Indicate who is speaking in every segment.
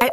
Speaker 1: At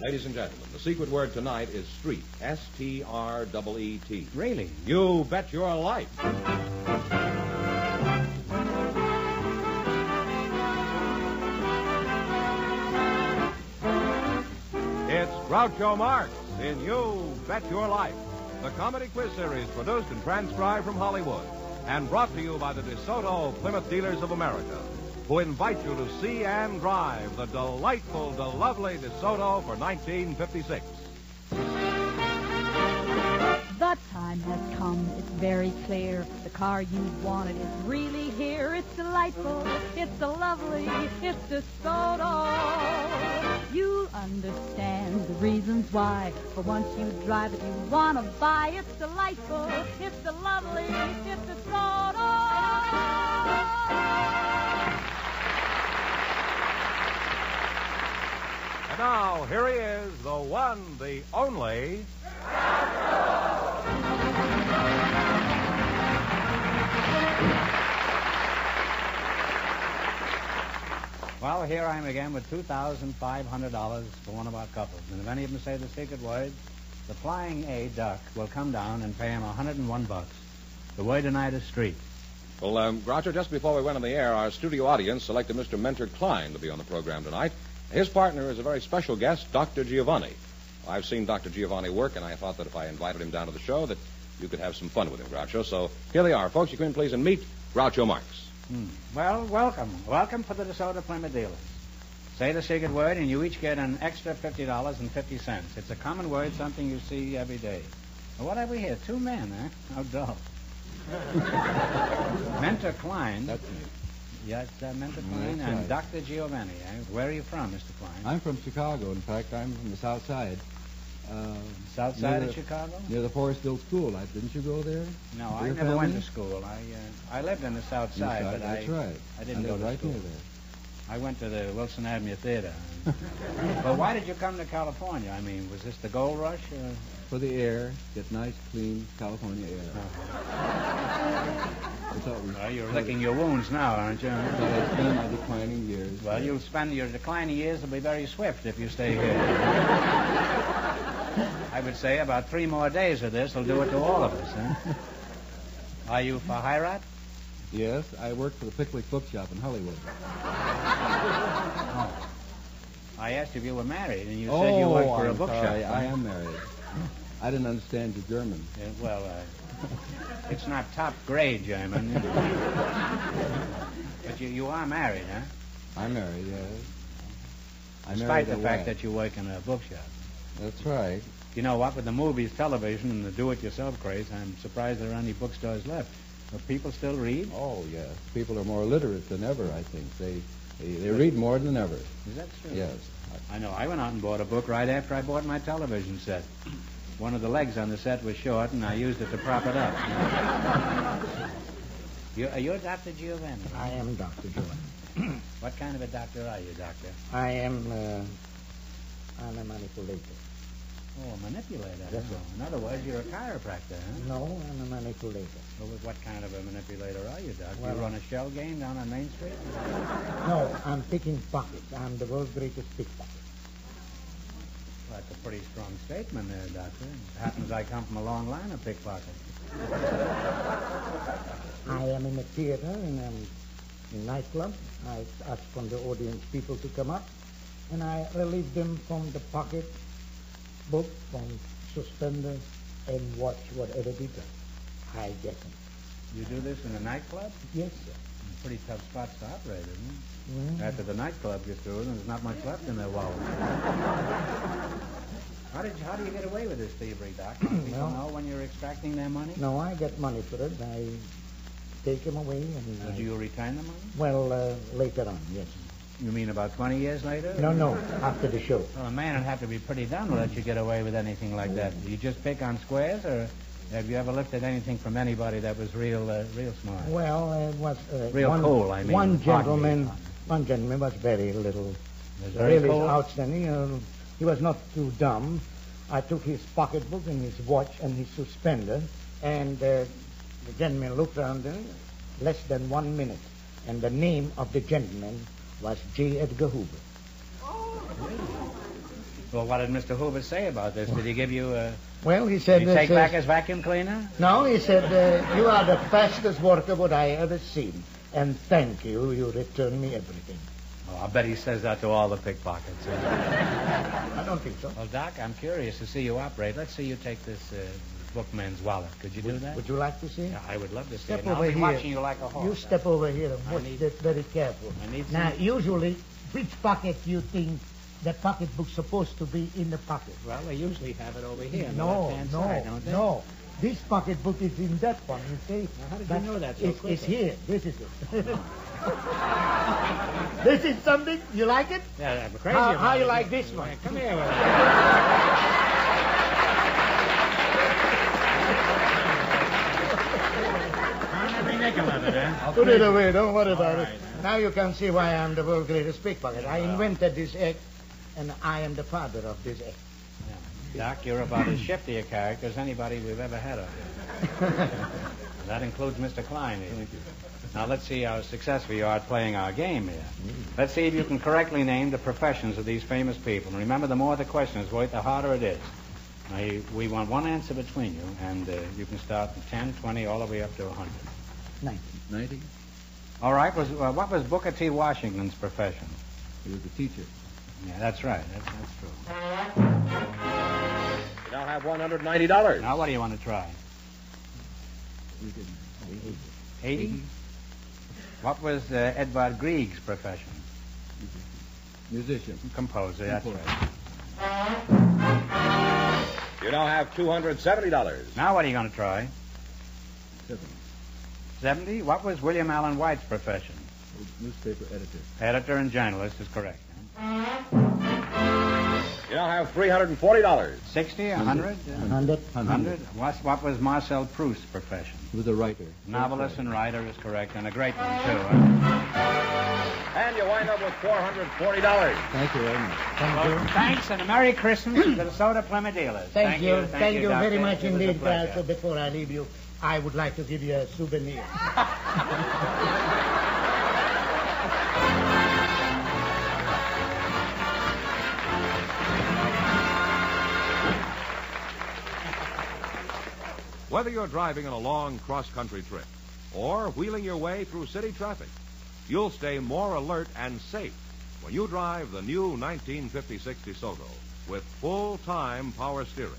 Speaker 2: Ladies and gentlemen, the secret word tonight is street. S T R E E T.
Speaker 3: Really?
Speaker 2: You bet your life. It's Groucho Marx in You Bet Your Life, the comedy quiz series produced and transcribed from Hollywood and brought to you by the DeSoto Plymouth Dealers of America, who invite you to see and drive the delightful, the lovely DeSoto for 1956.
Speaker 4: The time has come. It's very clear. The car you wanted is really here. It's delightful. It's a lovely. It's DeSoto. You'll understand the reasons why. For once you drive it, you want to buy. It's delightful. It's a lovely. It's DeSoto.
Speaker 2: And now, here he is, the one, the only.
Speaker 3: Well, here I am again with $2,500 for one of our couples. And if any of them say the secret words, the flying A duck will come down and pay him 101 bucks. The word tonight is street.
Speaker 2: Well, um, Groucho, just before we went on the air, our studio audience selected Mr. Mentor Klein to be on the program tonight. His partner is a very special guest, Dr. Giovanni. I've seen Dr. Giovanni work, and I thought that if I invited him down to the show, that you could have some fun with him, Groucho. So here they are, folks. You come in, please, and meet Groucho Marx.
Speaker 3: Well, welcome. Welcome for the DeSoto Plymouth dealers. Say the secret word, and you each get an extra $50.50. It's a common word, something you see every day. Well, what have we here? Two men, eh? How dull. Mentor Klein.
Speaker 5: That's me.
Speaker 3: Yes, uh, Mentor
Speaker 5: Mm,
Speaker 3: Klein
Speaker 5: that's
Speaker 3: and
Speaker 5: right.
Speaker 3: Dr. Giovanni. Eh? Where are you from, Mr. Klein?
Speaker 5: I'm from Chicago. In fact, I'm from the South Side. Uh,
Speaker 3: South
Speaker 5: near
Speaker 3: side
Speaker 5: the-
Speaker 3: of Chicago?
Speaker 5: Near the Forestville School. I, didn't you go there?
Speaker 3: No,
Speaker 5: Your
Speaker 3: I never went
Speaker 5: family?
Speaker 3: to school. I uh, I lived on the South
Speaker 5: East
Speaker 3: Side, but
Speaker 5: that's
Speaker 3: I
Speaker 5: right.
Speaker 3: I didn't go
Speaker 5: lived
Speaker 3: to
Speaker 5: right
Speaker 3: school.
Speaker 5: near there.
Speaker 3: I went to the Wilson Avenue Theater. well, why did you come to California? I mean, was this the gold rush? Uh, Or...
Speaker 5: For the air, get nice, clean California air. I thought we
Speaker 3: Uh-huh. Well, you're licking your wounds now, aren't you?
Speaker 5: thought I'd spend my declining years.
Speaker 3: Well,
Speaker 5: there.
Speaker 3: you'll spend your declining years will be very swift if you stay here. I would say about three more days of this will do it to all of us, huh? Are you for Hirat?
Speaker 5: Yes, I work for the Pickwick Bookshop in Hollywood.
Speaker 3: I asked if you were married, and you
Speaker 5: oh,
Speaker 3: said you worked for a
Speaker 5: I'm
Speaker 3: bookshop.
Speaker 5: sorry. I am married. I didn't understand your German.
Speaker 3: Yeah, well, uh, it's not top grade, German. but you, you are married, huh?
Speaker 5: I'm married, yes. I
Speaker 3: Despite
Speaker 5: married
Speaker 3: the
Speaker 5: a
Speaker 3: fact
Speaker 5: wife.
Speaker 3: that you work in a bookshop.
Speaker 5: That's right.
Speaker 3: You know what? With the movies, television, and the do-it-yourself craze, I'm surprised there are any bookstores left. But people still read.
Speaker 5: Oh yes, people are more literate than ever. I think they they, they read more than ever.
Speaker 3: Is that true?
Speaker 5: Yes,
Speaker 3: I know. I went out and bought a book right after I bought my television set. One of the legs on the set was short, and I used it to prop it up. you, uh, you're Dr. Giovanni.
Speaker 6: I am Dr. Jordan.
Speaker 3: What kind of a doctor are you, Doctor?
Speaker 6: I am uh, I'm a manipulator.
Speaker 3: Oh, a manipulator.
Speaker 6: Yes,
Speaker 3: huh?
Speaker 6: sir.
Speaker 3: In other words, you're a chiropractor, huh?
Speaker 6: No, Oh, I'm a manipulator.
Speaker 3: Well, with what kind of a manipulator are you, Doc?
Speaker 6: Well- uh,
Speaker 3: you run a shell game down on Main Street?
Speaker 6: No, I'm picking pockets. I'm the world's greatest pickpocket.
Speaker 3: Well, that's a pretty strong statement there, Doctor. It happens I come from a long line of pickpockets.
Speaker 6: I am in a theater and I'm in nightclub. I ask from the audience people to come up, and I relieve them from the pocket, book, from suspender, and watch whatever they do. I get them.
Speaker 3: You do this in a nightclub?
Speaker 6: Yes, sir.
Speaker 3: Pretty tough spots to operate, isn't it?
Speaker 6: Well,
Speaker 3: After the nightclub gets through, then there's not much left in their wallet. how did you, how do you get away with this thievery, Doc? Do people
Speaker 6: Well-
Speaker 3: know when you're extracting their money?
Speaker 6: no, I get money for it. I take them away and.
Speaker 3: Or
Speaker 6: I-
Speaker 3: do you return the money?
Speaker 6: Well, uh, later on, yes.
Speaker 3: You mean about 20 years later?
Speaker 6: No, no, after the show.
Speaker 3: Well, a man would have to be pretty dumb to let you get away with anything like that. Do you just pick on squares, or have you ever lifted anything from anybody that was real, uh, real smart?
Speaker 6: Well, it was uh,
Speaker 3: Real
Speaker 6: one,
Speaker 3: cool, I mean.
Speaker 6: One
Speaker 3: Hardly.
Speaker 6: gentleman, one gentleman was very little,
Speaker 3: Was very
Speaker 6: really
Speaker 3: cool?
Speaker 6: outstanding. Uh, he was not too dumb. I took his pocketbook and his watch and his suspender, and uh, the gentleman looked around him less than one minute, and the name of the gentleman was J. Edgar Hoover.
Speaker 3: Well, what did Mr. Hoover say about this? Did he give you a...
Speaker 6: Well, he
Speaker 3: Did
Speaker 6: said,
Speaker 3: he
Speaker 6: uh,
Speaker 3: take
Speaker 6: says-
Speaker 3: back his vacuum cleaner?
Speaker 6: No, he said, uh, you are the fastest worker what I ever seen, and thank you, you return me everything.
Speaker 3: Oh, I bet he says that to all the pickpockets.
Speaker 6: I don't think so.
Speaker 3: well, Doc, I'm curious to see you operate. Let's see you take this uh, bookman's wallet. Could you do that?
Speaker 6: Would you like to see?
Speaker 3: Yeah, I would love to see
Speaker 6: Step
Speaker 3: it. And I'll
Speaker 6: over
Speaker 3: be
Speaker 6: here.
Speaker 3: watching you like a hawk.
Speaker 6: You step over here and
Speaker 3: I
Speaker 6: watch
Speaker 3: need-
Speaker 6: that very careful.
Speaker 3: I need
Speaker 6: Now,
Speaker 3: some-
Speaker 6: usually, which pocket you think the pocketbook's supposed to be in the pocket?
Speaker 3: Well, they usually have it over here. on the
Speaker 6: no,
Speaker 3: left-hand
Speaker 6: no,
Speaker 3: side, don't they?
Speaker 6: no. This pocketbook is in that one, you see?
Speaker 3: Now, how did you
Speaker 6: But
Speaker 3: know that so
Speaker 6: it's, it's
Speaker 3: quickly?
Speaker 6: here. This is it. this is something. You like it?
Speaker 3: Yeah, I'm crazy
Speaker 6: How-
Speaker 3: about
Speaker 6: how you
Speaker 3: it.
Speaker 6: like this one?
Speaker 3: Come here with it. Every nickel of it, huh?
Speaker 6: Put it away. Don't worry about
Speaker 3: All
Speaker 6: it.
Speaker 3: right,
Speaker 6: Now you can see why I'm the world's greatest pickpocket. I invented this act, and I am the father of this act.
Speaker 3: Doc, you're about as shifty a character as anybody we've ever had up here. And that includes Mr. Klein. Here. Thank you. Now, let's see how successful you are at playing our game here. Let's see if you can correctly name the professions of these famous people. And remember, the more the question is worth, the harder it is. Now, you, we want one answer between you, and uh, you can start from 10, 20, all the way up to 100.
Speaker 6: Nice.
Speaker 5: 90?
Speaker 3: All right, was, uh, what was Booker T. Washington's profession?
Speaker 5: He was a teacher.
Speaker 3: Yeah, that's right. That's, that's true.
Speaker 2: You now have $190.
Speaker 3: Now, what do you want to try?
Speaker 5: We didn't.
Speaker 3: 80? What was uh, Edvard Grieg's profession?
Speaker 5: Musician.
Speaker 3: Composer, that's
Speaker 5: Composer.
Speaker 3: right.
Speaker 2: You now have $270.
Speaker 3: Now, what are you going to try?
Speaker 5: Seven.
Speaker 3: 70? What was William Allen White's profession?
Speaker 5: Newspaper editor.
Speaker 3: Editor and journalist is correct.
Speaker 2: You now have $340.
Speaker 3: 60? 100?
Speaker 6: Hundred.
Speaker 3: 100? What, what was Marcel Proust's profession?
Speaker 5: He was a writer.
Speaker 3: Novelist and writer is correct, and a great one, too. huh?
Speaker 2: And you wind up with $440.
Speaker 5: Thank you very much.
Speaker 6: Thank you.
Speaker 3: Well, thanks, and a Merry Christmas to the Soda Plymouth dealers.
Speaker 6: Thank, you. Thank, you,
Speaker 3: Doctor.
Speaker 6: very much
Speaker 3: It was a
Speaker 6: indeed,
Speaker 3: pleasure.
Speaker 6: Carl. So before I leave you, I would like to give you a souvenir.
Speaker 2: Whether you're driving on a long cross country trip or wheeling your way through city traffic, you'll stay more alert and safe when you drive the new 1956 DeSoto with full time power steering,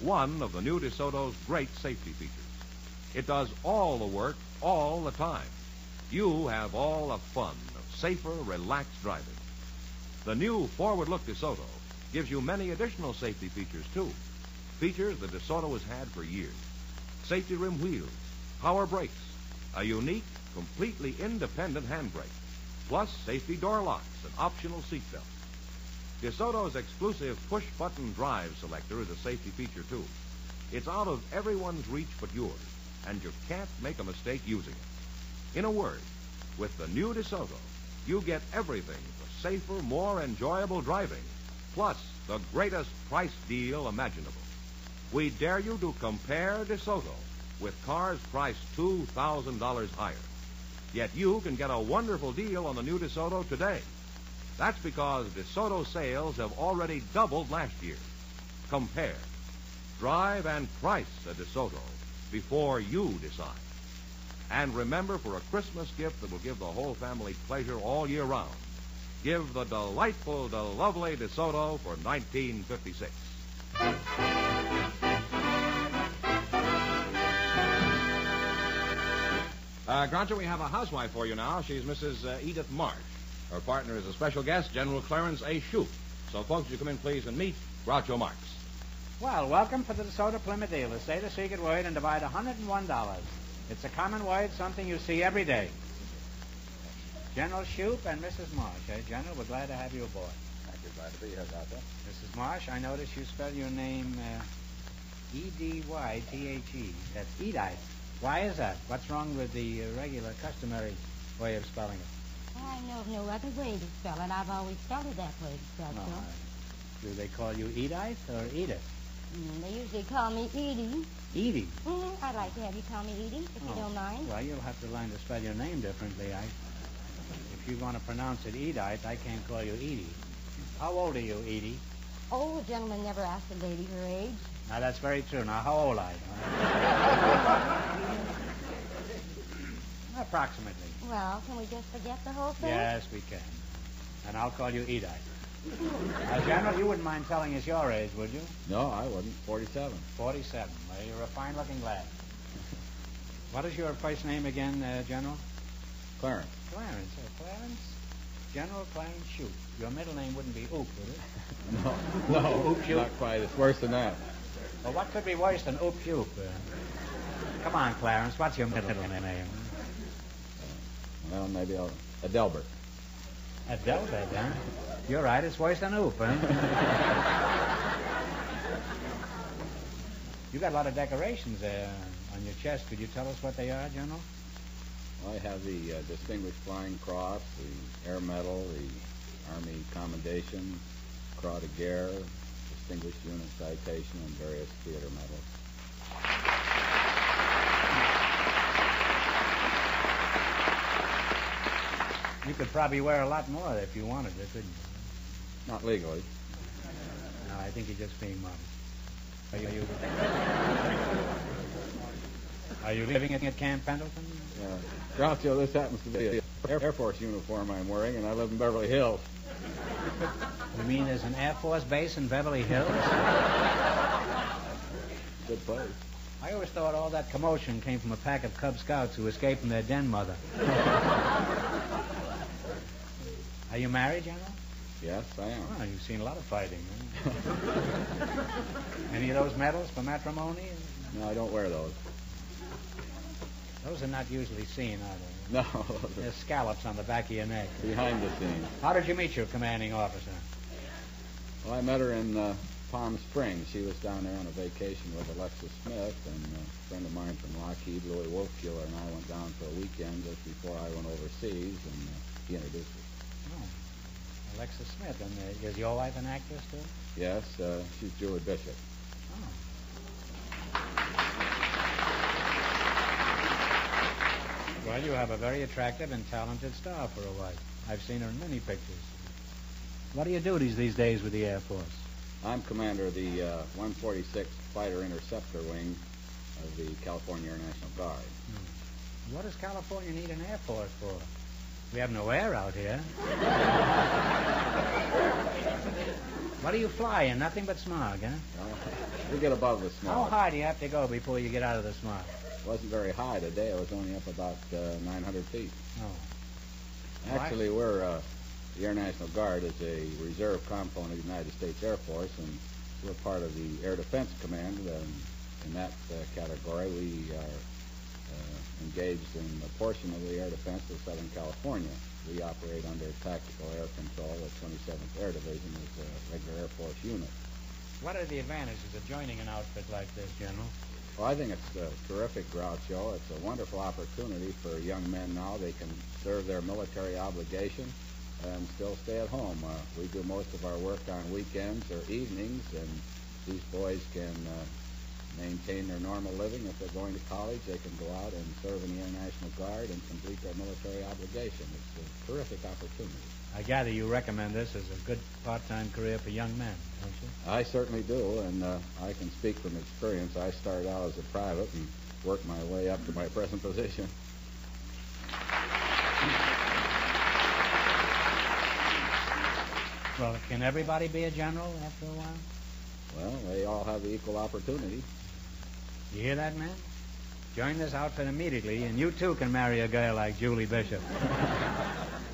Speaker 2: one of the new DeSoto's great safety features. It does all the work all the time. You have all the fun of safer, relaxed driving. The new forward look DeSoto gives you many additional safety features, too. Features the DeSoto has had for years safety rim wheels, power brakes, a unique, completely independent handbrake, plus safety door locks and optional seat belts. DeSoto's exclusive push button drive selector is a safety feature, too. It's out of everyone's reach but yours, and you can't make a mistake using it. In a word, with the new DeSoto, you get everything for safer, more enjoyable driving, plus the greatest price deal imaginable. We dare you to compare DeSoto with cars priced $2,000 higher. Yet you can get a wonderful deal on the new DeSoto today. That's because DeSoto sales have already doubled last year. Compare, drive, and price a DeSoto before you decide. And remember for a Christmas gift that will give the whole family pleasure all year round, give the delightful, the lovely DeSoto for 1956. Uh, Groucho, we have a housewife for you now. She's Mrs. Uh, Edith Marsh. Her partner is a special guest, General Clarence A. Shoup. So, folks, you come in, please, and meet Groucho Marx.
Speaker 3: Well, welcome to the DeSoto Plymouth dealers. Say the secret word and divide $101. It's a common word, something you see every day. General Shoup and Mrs. Marsh. Eh, General, we're glad to have you aboard.
Speaker 7: Thank you. Glad to be here, Doctor.
Speaker 3: Mrs. Marsh, I notice you spell your name uh, E E-D-Y-T-H-E. E. That's Edith. Why is that? What's wrong with the uh, regular, customary way of spelling it?
Speaker 8: I know of no other way to spell it. I've always spelled it that way, Doctor.
Speaker 3: No, uh, do they call you Edith or Edith?
Speaker 8: Mm, they usually call me Edie.
Speaker 3: Edie.
Speaker 8: Mm, I'd like to have you call me Edie, if
Speaker 3: Oh.
Speaker 8: you don't mind.
Speaker 3: Well, you'll have to learn to spell your name differently. I, if you're going to pronounce it Edith, I can't call you Edie. How old are you, Edie?
Speaker 8: Oh, a gentleman never asked a lady her age.
Speaker 3: Now that's very true. Now how old are you? huh? Approximately.
Speaker 8: Well, can we just forget the whole thing?
Speaker 3: Yes, we can. And I'll call you Edith. Now, General, you wouldn't mind telling us your age, would you?
Speaker 5: No, I wouldn't. 47.
Speaker 3: Forty-seven. Well, you're a fine-looking lad. What is your first name again, uh, General?
Speaker 5: Clarence.
Speaker 3: Clarence. Uh, Clarence. General Clarence Shoup. Your middle name wouldn't be Oop, would it?
Speaker 5: No, no.
Speaker 3: Oop, you-
Speaker 5: Not quite. It's worse than that.
Speaker 3: Well, what could be worse than Oop Shoop? Uh, come on, Clarence. What's your middle name?
Speaker 5: Well, maybe I'll. Adelbert.
Speaker 3: Adelbert, huh? You're right. It's worse than Oop, huh? you got a lot of decorations there on your chest. Could you tell us what they are, General?
Speaker 5: I have the uh, Distinguished Flying Cross, the Air Medal, the Army Commendation, Croix de Guerre, Distinguished Unit Citation, and various theater medals.
Speaker 3: You could probably wear a lot more if you wanted to, couldn't you?
Speaker 5: Not legally.
Speaker 3: No, I think you're just being modest. Are you, are you living at Camp Pendleton?
Speaker 5: Uh, Groucho, this happens to be an Air Air Force uniform I'm wearing, and I live in Beverly Hills.
Speaker 3: You mean there's an Air Force base in Beverly Hills?
Speaker 5: Good place.
Speaker 3: I always thought all that commotion came from a pack of Cub Scouts who escaped from their den mother. are you married, General?
Speaker 5: Yes, I am.
Speaker 3: Well, you've seen a lot of fighting. Huh? Any of those medals for matrimony?
Speaker 5: No, I don't wear those.
Speaker 3: Those are not usually seen, are they?
Speaker 5: No, those
Speaker 3: There's scallops on the back of your neck.
Speaker 5: are behind the scenes.
Speaker 3: How did you meet your commanding officer?
Speaker 5: Well, I met her in uh, Palm Springs. She was down there on a vacation with Alexis Smith, and uh, a friend of mine from Lockheed, Louis Wolfkiller, and I went down for a weekend just before I went overseas, and uh, he introduced her.
Speaker 3: Alexis Smith, and uh, is your wife an actress too?
Speaker 5: Yes, uh, she's Julie Bishop.
Speaker 3: Well, you have a very attractive and talented star for a wife. I've seen her in many pictures. What are your duties these days with the Air Force?
Speaker 5: I'm commander of the uh, 146th Fighter Interceptor Wing of the California Air National Guard.
Speaker 3: What does California need an Air Force for? We have no air out here. what do you fly in? Nothing but smog, huh?
Speaker 5: Well, we get above the
Speaker 3: How
Speaker 5: smog.
Speaker 3: high do you have to go before you get out of the smog?
Speaker 5: It wasn't very high today. It was only up about uh, 900 feet.
Speaker 3: Oh. Why?
Speaker 5: Actually, we're uh, the Air National Guard is a reserve component of the United States Air Force, and we're part of the Air Defense Command. And in that uh, category, we are uh, engaged in a portion of the air defense of Southern California. We operate under tactical air control. The 27th Air Division is a regular Air Force unit.
Speaker 3: What are the advantages of joining an outfit like this, General?
Speaker 5: Well, I think it's a terrific, Groucho. It's a wonderful opportunity for young men now. They can serve their military obligation and still stay at home. Uh, we do most of our work on weekends or evenings, and these boys can uh, maintain their normal living. If they're going to college, they can go out and serve in the Air National Guard and complete their military obligation. It's a terrific opportunity.
Speaker 3: I gather you recommend this as a good part-time career for young men, don't you?
Speaker 5: I certainly do, and uh, I can speak from experience. I started out as a private and worked my way up to my present position.
Speaker 3: Well, can everybody be a general after a while?
Speaker 5: Well, they all have equal opportunity.
Speaker 3: You hear that, man? Join this outfit immediately, and you too can marry a girl like Julie Bishop.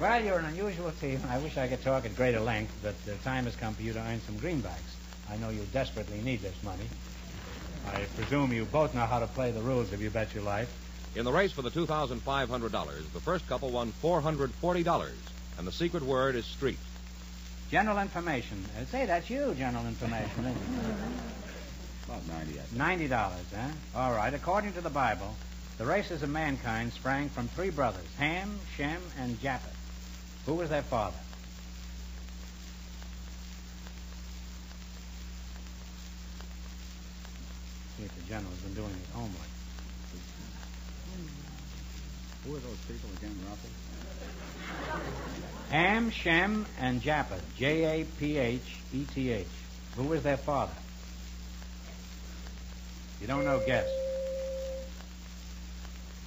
Speaker 3: well, you're an unusual team. I wish I could talk at greater length, but the time has come for you to earn some greenbacks. I know you desperately need this money. I presume you both know how to play the rules if you bet your life.
Speaker 2: In the race for the $2,500, the first couple won $440, and the secret word is street.
Speaker 3: General information. Uh, say, that's you, general information. isn't it?
Speaker 5: About 90, I think.
Speaker 3: Ninety dollars, huh? All right. According to the Bible, the races of mankind sprang from three brothers: Ham, Shem, and Japheth. Who was their father? See if the general's been doing his homework.
Speaker 5: Who are those people again, Ralphie?
Speaker 3: Ham, Shem, and Japheth. J A P H E T H. Who was their father? You don't know, guess.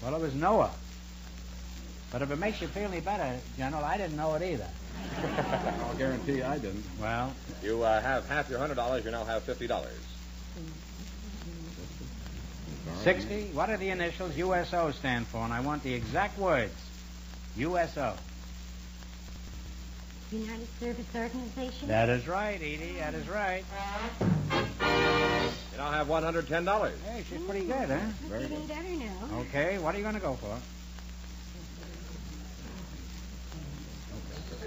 Speaker 3: Well, it was Noah. But if it makes you feel any better, General, I didn't know it either.
Speaker 5: I'll guarantee I didn't.
Speaker 3: Well,
Speaker 2: You uh, have half your $100. You now have $50.
Speaker 3: 60, what are the initials USO stand for? And I want the exact words. USO.
Speaker 8: United Service Organization?
Speaker 3: That is right, Edie. That is right.
Speaker 2: You now have $110.
Speaker 3: Hey, she's pretty good, Oh. huh?
Speaker 8: That's even better now.
Speaker 3: Okay, what are you going to go for?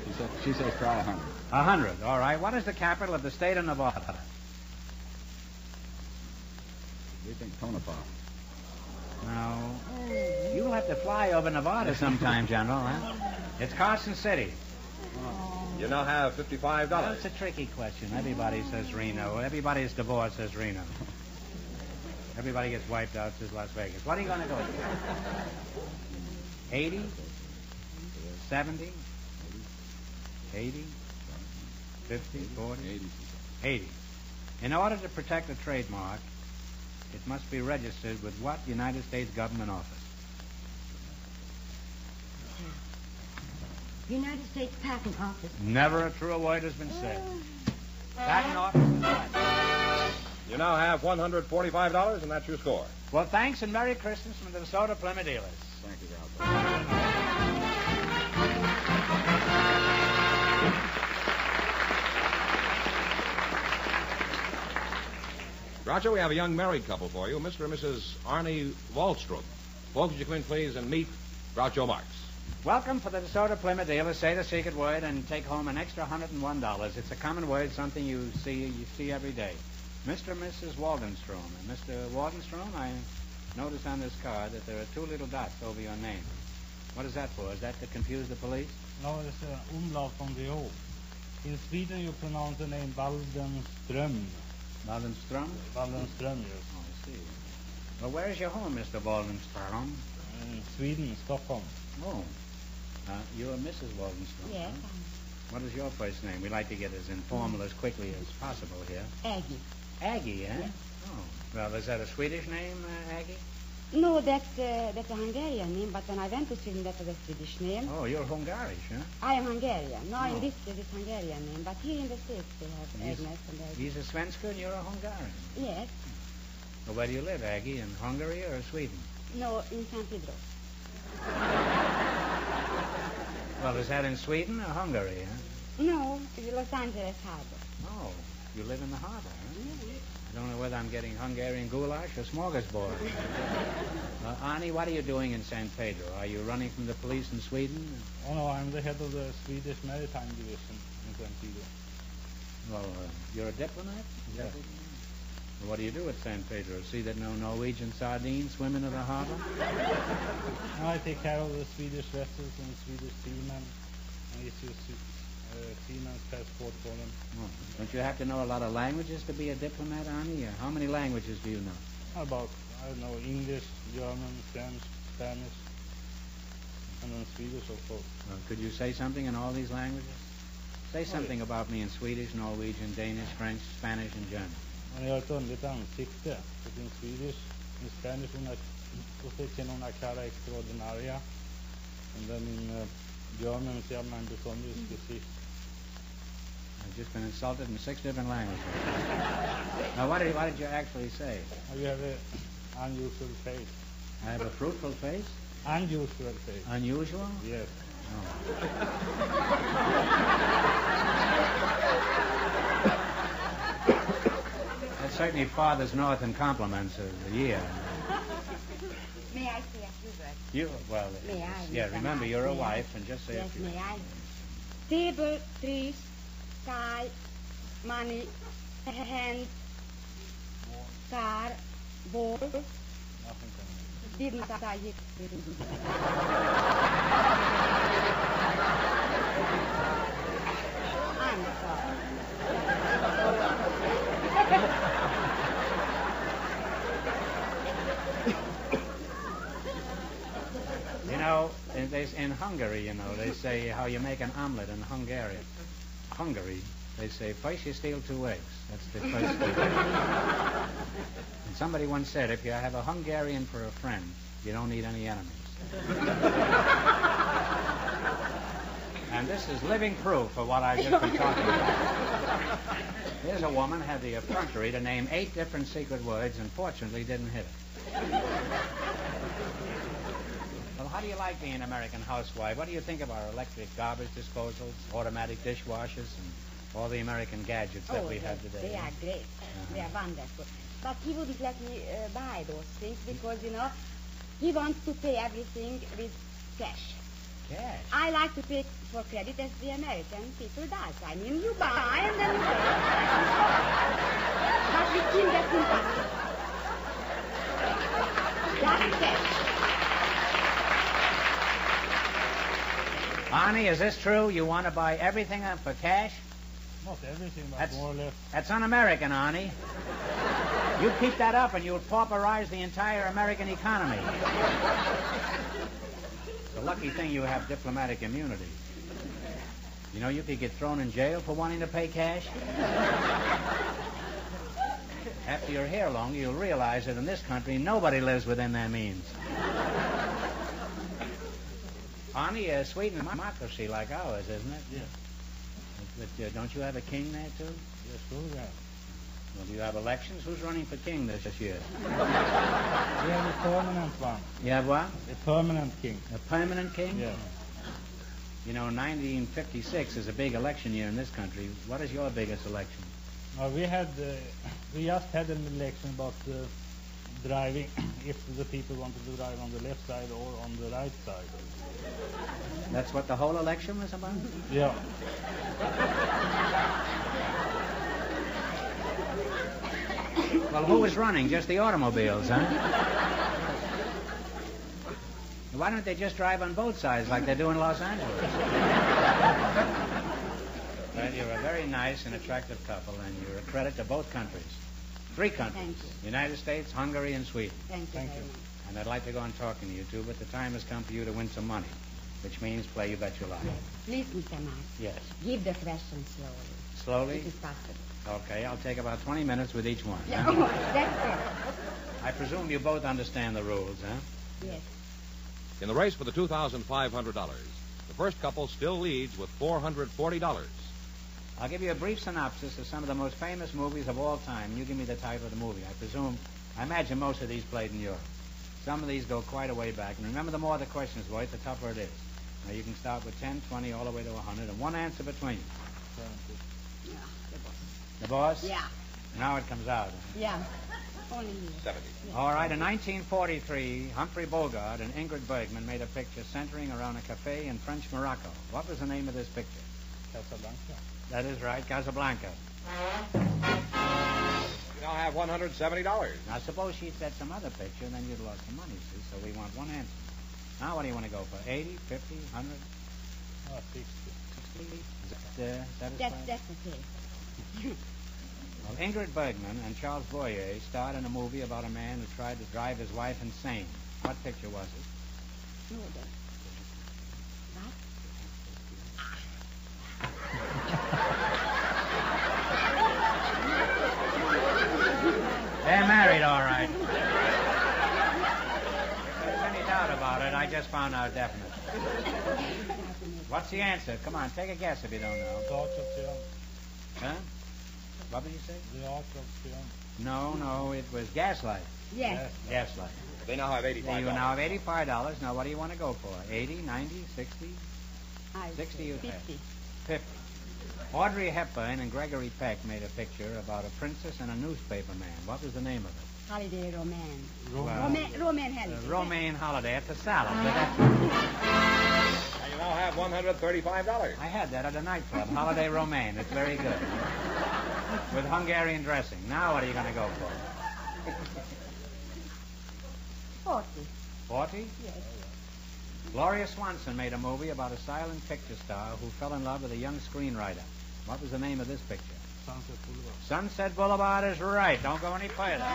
Speaker 5: She, said, she says try 100.
Speaker 3: A hundred. All right. What is the capital of the state of Nevada?
Speaker 5: We think Tonopah.
Speaker 3: No. You'll have to fly over Nevada sometime, General. Huh? It's Carson City.
Speaker 2: You now have $55.
Speaker 3: That's a tricky question. Everybody says Reno. Everybody's divorced says Reno. Everybody gets wiped out says Las Vegas. What are you going to go with? 80? 70? 80? 50? 40?
Speaker 5: 80.
Speaker 3: 80. In order to protect a trademark, it must be registered with what United States government office?
Speaker 8: United States Patent Office.
Speaker 3: Never a truer word has been said. Patent office is right.
Speaker 2: You now have $145, and that's your score.
Speaker 3: Well, thanks and Merry Christmas from the DeSoto Plymouth dealers.
Speaker 5: Thank you, Ralphie.
Speaker 2: Roger, we have a young married couple for you, Mr. and Mrs. Arnie Wallstrom. Folks, would you come in, please, and meet Groucho Marx.
Speaker 3: Welcome for the DeSoto Plymouth dealers. Say the secret word and take home an extra $101. It's a common word, something you see you see every day. Mr. and Mrs. Waldenstrom. And Mr. Waldenstrom, I noticed on this card that there are two little dots over your name. What is that for? Is that to confuse the police?
Speaker 7: Now it's an umlaut on the O. In Sweden you pronounce the name Waldenström.
Speaker 3: Waldenstrom?
Speaker 7: Waldenström, yes.
Speaker 3: Oh, I see. Well, where is your home, Mr. Waldenstrom?
Speaker 7: In Sweden, Stockholm.
Speaker 3: Oh. Uh, you're Mrs. Waldenstrom.
Speaker 8: Yes,
Speaker 3: huh? What is your first name? We like to get as informal as quickly as possible here.
Speaker 8: Aggie.
Speaker 3: Aggie, eh?
Speaker 8: Yes.
Speaker 3: Oh. Well, is that a Swedish name, uh, Aggie?
Speaker 8: No, that's, uh, that's a Hungarian name, but when I went to Sweden, that was a Swedish name.
Speaker 3: Oh, you're Hungarian, huh?
Speaker 8: I am Hungarian. No,
Speaker 3: Oh.
Speaker 8: in this case, it's Hungarian name, but here in the States, they have
Speaker 3: Yes.
Speaker 8: Agnes and Aggie.
Speaker 3: He's a Svenska and you're a Hungarian.
Speaker 8: Yes.
Speaker 3: Well, where do you live, Aggie? In Hungary or Sweden?
Speaker 8: No, in San Pedro.
Speaker 3: Well, is that in Sweden or Hungary, huh?
Speaker 8: No, in Los Angeles Harbor.
Speaker 3: Oh, you live in the harbor, huh?
Speaker 8: Mm.
Speaker 3: I don't know whether I'm getting Hungarian goulash or smorgasbord. uh, Arnie, what are you doing in San Pedro? Are you running from the police in Sweden?
Speaker 7: Oh no, I'm the head of the Swedish Maritime Division in San Pedro.
Speaker 3: Well, uh, you're a diplomat? Yeah. What do you do at San Pedro? See that no Norwegian sardines swim into the harbor?
Speaker 7: Now I take care of the Swedish vessels and the Swedish seamen and issue se- uh, seamen's passport for them.
Speaker 3: Oh, don't you have to know a lot of languages to be a diplomat, Arnie? Uh, How many languages do you know?
Speaker 7: About, I don't know, English, German, French, Spanish, and then Swedish, of course.
Speaker 3: Uh, could you say something in all these languages? Say
Speaker 7: yeah.
Speaker 3: something about me in Swedish, Norwegian, Danish, French, Spanish, and German.
Speaker 7: Men jag har ett underligt ansikte. Det finns Swedish, min Spanish hon har, och så känner hon Akara Extraordinaria. And then in uh, German så är man besonders precis.
Speaker 3: I've just been insulted in six different languages. now, what did, what did you actually say?
Speaker 7: You have a unusual face.
Speaker 3: I have a fruitful face?
Speaker 7: Unusual face.
Speaker 3: Unusual?
Speaker 7: Yes.
Speaker 3: That's certainly farthest north in compliments of the year.
Speaker 8: May I say a few words?
Speaker 3: You, well,
Speaker 8: May I?
Speaker 3: yeah,
Speaker 8: Mr.
Speaker 3: remember,
Speaker 8: Mark?
Speaker 3: you're a
Speaker 8: May I?
Speaker 3: wife, and just say a
Speaker 8: Yes,
Speaker 3: few.
Speaker 8: may I? Table, trees, sky, money, hand, car, ball. Didn't I it? I'm sorry.
Speaker 3: You know, in, they, in Hungary, you know, they say how you make an omelet in Hungarian. Hungary, they say, first you steal two eggs. That's the first thing. and somebody once said, if you have a Hungarian for a friend, you don't need any enemies. and this is living proof of what I've just been talking about. Here's a woman had the effrontery to name eight different secret words and fortunately didn't hit it. Well, how do you like being an American housewife? What do you think of our electric garbage disposals, automatic dishwashers, and all the American gadgets that
Speaker 8: oh,
Speaker 3: we
Speaker 8: yes,
Speaker 3: have today? Uh-huh.
Speaker 8: They are great. They are wonderful. But he wouldn't let me uh, buy those things because, you know, he wants to pay everything with cash.
Speaker 3: Cash.
Speaker 8: I like to pay for credit as the American people does. I mean, you buy and then you pay. but with him, that's impossible. Just cash.
Speaker 3: Arnie, is this true? You want to buy everything up for cash?
Speaker 7: Not everything, but
Speaker 3: That's-
Speaker 7: more or less.
Speaker 3: That's un-American, Arnie. You keep that up, and you'll pauperize the entire American economy. it's a lucky thing you have diplomatic immunity. You know, you could get thrown in jail for wanting to pay cash. After you're here long, you'll realize that in this country, nobody lives within their means. Arnie, uh, Sweden, a democracy like ours, isn't it?
Speaker 7: Yes.
Speaker 3: But, but uh, don't you have a king there, too?
Speaker 7: Yes, sure, yeah.
Speaker 3: Well, do you have elections? Who's running for king this year?
Speaker 7: We have a permanent one.
Speaker 3: You have what?
Speaker 7: A permanent king.
Speaker 3: A permanent king?
Speaker 7: Yes.
Speaker 3: You know, 1956 is a big election year in this country. What is your biggest election?
Speaker 7: Now we had, uh, we just had an election about uh, driving, if the people wanted to drive on the left side or on the right side.
Speaker 3: That's what the whole election was about?
Speaker 7: Yeah.
Speaker 3: well, who was running? Just the automobiles, huh? Why don't they just drive on both sides like they do in Los Angeles? well, you're a very nice and attractive couple, and you're a credit to both countries. Three countries.
Speaker 8: Thank
Speaker 3: United States, Hungary, and Sweden.
Speaker 8: Thank you
Speaker 7: Thank
Speaker 8: very
Speaker 7: you.
Speaker 8: much.
Speaker 3: And I'd like to go on talking to you two, but the time has come for you to win some money, which means play You Bet Your Life.
Speaker 8: Please, Mr. Mark,
Speaker 3: Yes.
Speaker 8: give the question slowly.
Speaker 3: Slowly?
Speaker 8: It is possible.
Speaker 3: Okay, I'll take about 20 minutes with each one.
Speaker 8: Yeah,
Speaker 3: huh?
Speaker 8: oh, that's it.
Speaker 3: I presume you both understand the rules, huh?
Speaker 8: Yes.
Speaker 2: In the race for the $2,500, the first couple still leads with $440.
Speaker 3: I'll give you a brief synopsis of some of the most famous movies of all time. You give me the title of the movie. I presume, I imagine most of these played in Europe. Some of these go quite a way back. And remember, the more the question's worth, the tougher it is. Now, you can start with 10, 20, all the way to 100, and one answer between you. The boss?
Speaker 8: Yeah,
Speaker 3: Now it comes out.
Speaker 8: yeah. Only you.
Speaker 2: 70.
Speaker 3: All right, in 1943, Humphrey Bogart and Ingrid Bergman made a picture centering around a cafe in French Morocco. What was the name of this picture?
Speaker 7: Casablanca.
Speaker 3: That is right, Casablanca.
Speaker 2: You now have $170.
Speaker 3: Now, suppose she said some other picture, then you'd lost some money, see? So we want one answer. Now, what do you want to go for? 80, 50, 100,
Speaker 7: Ah, 60.
Speaker 3: 60? Is that uh,
Speaker 8: That's,
Speaker 3: satisfying?
Speaker 8: that's okay.
Speaker 3: Well, Ingrid Bergman and Charles Boyer starred in a movie about a man who tried to drive his wife insane. What picture was it?
Speaker 8: No, that's... What?
Speaker 3: They're married, all right. if there's any doubt about it, I just found out definite. What's the answer? Come on, take a guess if you don't know.
Speaker 7: The Art of Triumph.
Speaker 3: Huh? What did you say?
Speaker 7: The Art of Triumph.
Speaker 3: No, no, it was gaslight. Uh,
Speaker 8: Yes.
Speaker 3: Gaslight.
Speaker 2: They now have
Speaker 3: You
Speaker 2: $85.
Speaker 3: now have $85. Now, what do you want to go for? 80 90 60
Speaker 8: I
Speaker 3: 60 you
Speaker 8: 50.
Speaker 3: 50 50 Audrey Hepburn and Gregory Peck made a picture about a princess and a newspaper man. What was the name of it?
Speaker 8: Holiday romance.
Speaker 3: Wow.
Speaker 8: Romaine, Romaine
Speaker 3: Uh,
Speaker 8: Holiday.
Speaker 3: romaine holiday at the salad.
Speaker 2: And you now have $135.
Speaker 3: I had that at a nightclub. Holiday romaine. It's very good. With Hungarian dressing. Now what are you going to go for?
Speaker 8: Forty.
Speaker 3: Forty?
Speaker 8: Yes.
Speaker 3: Gloria Swanson made a movie about a silent picture star who fell in love with a young screenwriter. What was the name of this picture?
Speaker 7: Sunset Boulevard.
Speaker 3: Sunset Boulevard is right. Don't go any further.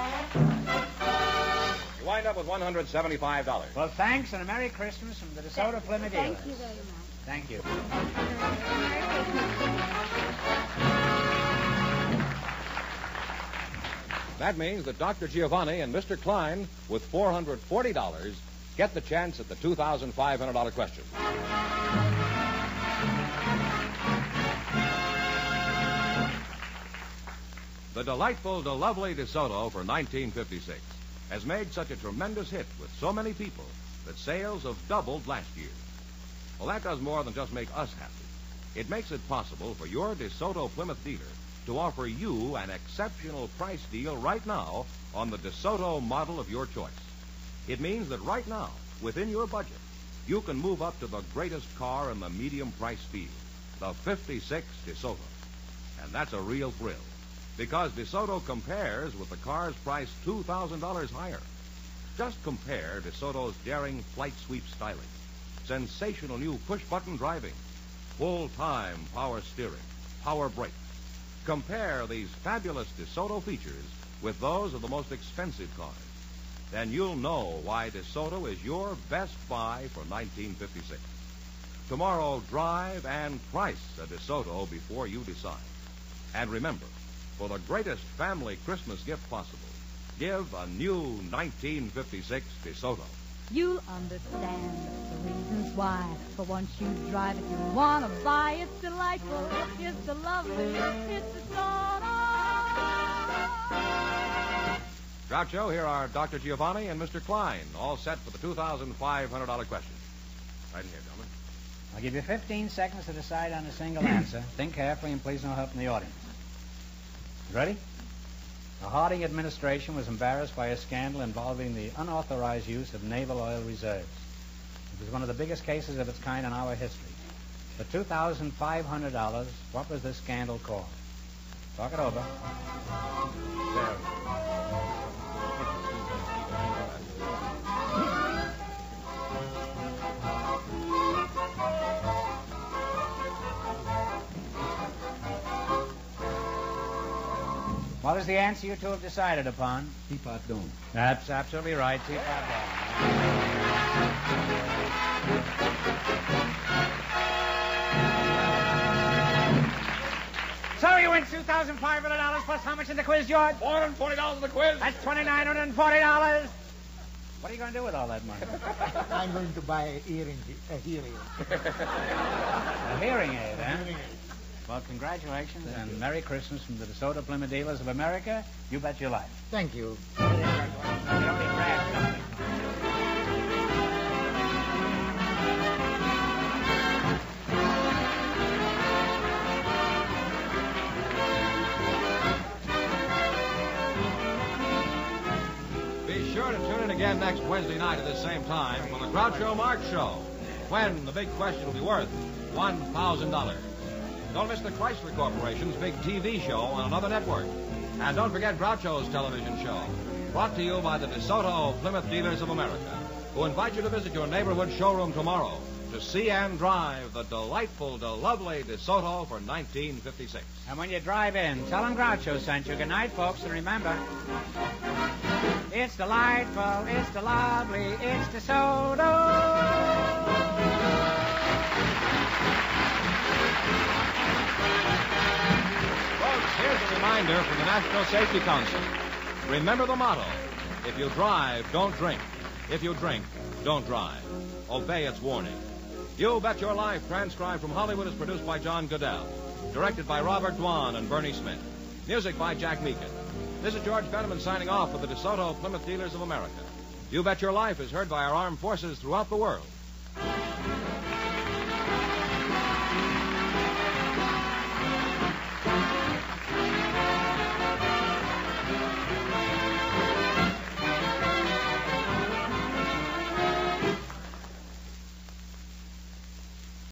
Speaker 2: You wind up with $175.
Speaker 3: Well, thanks and a Merry Christmas from the DeSoto Plymouth
Speaker 8: Thank
Speaker 3: dealers.
Speaker 8: you very much.
Speaker 3: Thank you.
Speaker 2: That means that Dr. Giovanni and Mr. Klein, with $440, get the chance at the $2,500 question. The delightful De Lovely DeSoto for 1956 has made such a tremendous hit with so many people that sales have doubled last year. Well, that does more than just make us happy. It makes it possible for your DeSoto Plymouth dealer to offer you an exceptional price deal right now on the DeSoto model of your choice. It means that right now, within your budget, you can move up to the greatest car in the medium price field, the 56 DeSoto. And that's a real thrill because DeSoto compares with the car's priced $2,000 higher. Just compare DeSoto's daring flight sweep styling, sensational new push button driving, full time power steering, power brakes. Compare these fabulous DeSoto features with those of the most expensive cars. Then you'll know why DeSoto is your best buy for 1956. Tomorrow, drive and price a DeSoto before you decide. And remember, for the greatest family Christmas gift possible, give a new 1956 DeSoto.
Speaker 4: You'll understand the reasons why. But once you drive it, you'll want to buy. It's delightful. It's the lovely. It's the daughter.
Speaker 2: Groucho, here are Dr. Giovanni and Mr. Klein, all set for the $2,500 question. Right in here, gentlemen.
Speaker 3: I'll give you 15 seconds to decide on a single answer. Think carefully and please no help from the audience. Ready? The Harding administration was embarrassed by a scandal involving the unauthorized use of naval oil reserves. It was one of the biggest cases of its kind in our history. For $2,500, what was this scandal called? Talk it over. What is the answer you two have decided upon?
Speaker 5: Teapot Dome.
Speaker 3: That's absolutely right. Teapot Dome. So you win two thousand five hundred dollars plus how much in the quiz, George?
Speaker 2: $440 in the quiz.
Speaker 3: That's twenty nine hundred and forty dollars. What are you going to do with all that money?
Speaker 6: I'm going to buy earrings, a hearing.
Speaker 3: A hearing aid, huh? Well, congratulations and Merry Christmas from the DeSoto Plymouth Dealers of America. You bet your life.
Speaker 6: Thank you.
Speaker 2: Be sure to tune in again next Wednesday night at the same time for the Groucho Marx Show, when the big question will be worth $1,000. Don't miss the Chrysler Corporation's big TV show on another network. And don't forget Groucho's television show, brought to you by the DeSoto Plymouth Dealers of America, who invite you to visit your neighborhood showroom tomorrow to see and drive the delightful, the lovely DeSoto for 1956.
Speaker 3: And when you drive in, tell them Groucho sent you. Good night, folks, and remember, it's delightful, it's the lovely, it's the soda.
Speaker 2: Folks, here's a reminder from the National Safety Council. Remember the motto if you drive, don't drink. If you drink, don't drive. Obey its warning. You Bet Your Life, transcribed from Hollywood, is produced by John Goodell. Directed by Robert Dwan and Bernie Smith. Music by Jack Meakin. This is George Fenneman signing off for the DeSoto Plymouth Dealers of America. You Bet Your Life is heard by our armed forces throughout the world.